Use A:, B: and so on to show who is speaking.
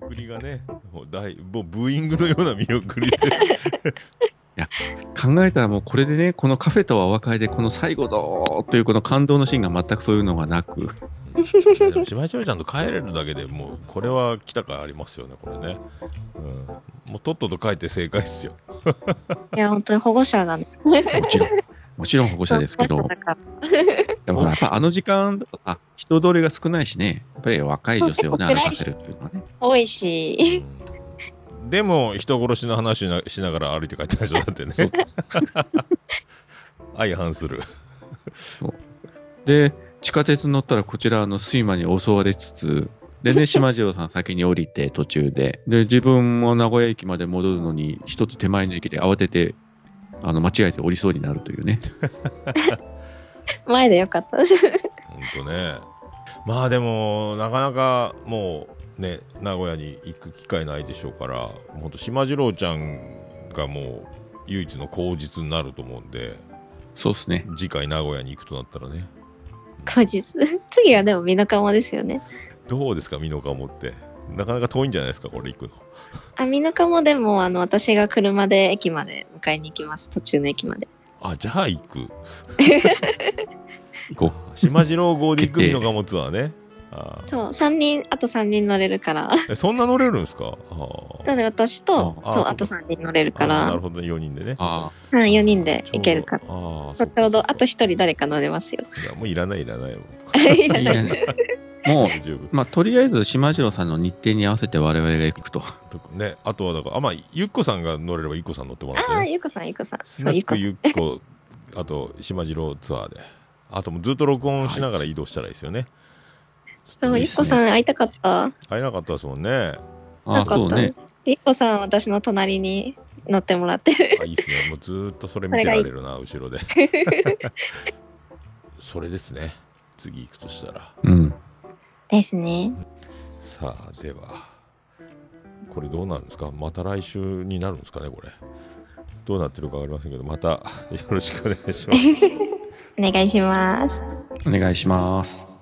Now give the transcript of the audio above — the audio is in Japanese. A: 送りがね、もう大もうブーイングのような見送りで、
B: 考えたらもうこれでね、このカフェとはお別れで、この最後のというこの感動のシーンが全くそういうのがなく、
A: でもしばしばちゃんと帰れるだけでもう、これは来たかありますよね、これね。うん、もうとっとと帰って正解っすよ。
C: いや、本当に保護者がね。
B: もちろん、もちろん保護者ですけど
C: 保護、者だから
B: でもほらやっぱあの時間だとさ、人通りが少ないしね、やっぱり若い女性をね、
C: そう結構暗い
B: 歩かせるというのはね、
C: 多いし、
A: うんでも、人殺しの話なしながら歩いて帰ったでしょ、だってね。
B: そう
A: 相反する。
B: で、地下鉄乗ったらこちらあの睡魔に襲われつつ、で ね、島次郎さん先に降りて途中で、で、自分も名古屋駅まで戻るのに、一つ手前の駅で慌てて、あの、間違えて降りそうになるというね。
C: 前でよかった です。
A: ほんとね。まあでも、なかなかもうね、名古屋に行く機会ないでしょうから、本当、島次郎ちゃんがもう唯一の口実になると思うんで、
B: そうですね。
A: 次回名古屋に行くとなったらね、
C: 後日。次はでも美濃鴨ですよね。
A: どうですか、美濃鴨って。なかなか遠いんじゃないですか、これ行くの。
C: あ、美濃鴨でも、あの、私が車で駅まで迎えに行きます。途中の駅まで。
A: あ、じゃあ行 く。
B: 行こ
A: 島次郎号で行く美濃鴨ツアーね。あー
C: そう、3人、あと3人乗れるから。
A: えそんな乗れるんですかあ
C: な
A: ー
C: ので私と、
A: ああ
C: そう、
A: そう
C: あと3人乗れるか
A: あーな
C: ら
A: る、ほどね、4人でね。
B: あ
C: はい、4人で行けるから。
A: ちょうどあーそ
C: そ
A: か
C: ううちょうど、あと1人誰か乗れますよ。
A: いや、もういらない、いらない。もう
C: い
B: あ、
C: ら
B: いい
C: ない
B: ね。もう、
A: 十分。
B: まあ、とりあえず島次郎さんの日程に合わせて我々が行くと。
A: ね、あとはだから、あまあ、ゆっこさんが乗れれば、ゆっこさん乗ってもらって、
C: ああ、
A: ね、
C: ゆうこさん、ゆうこさん。
A: ス
C: そ
A: ナ
C: う、ゆ
A: ッ
C: うこ
A: ク
C: さん。
A: ゆっこ、あと、島次郎ツアーで、あともうずっと録音しながら移動したらいいですよね。
C: そう、
B: いい
C: ゆ
B: っ
C: っ
B: すね
C: こさん会いたかった。
A: 会えなかったですもんね。
B: ああ、
C: なか
B: そ
C: っ
B: う
C: た
B: ね。
C: ゆっこさん、私の隣に乗ってもらって。
A: あいいっすね。もうずーっとそれ見てられるな、後ろで。それですね。次行くとしたら。
B: うん。
C: ですね。
A: さあ、では。これどうなるんですかまた来週になるんですかね、これ。どうなってるかわかりませんけど、またよろしくお願いします。
C: お願いします。
B: お願いします。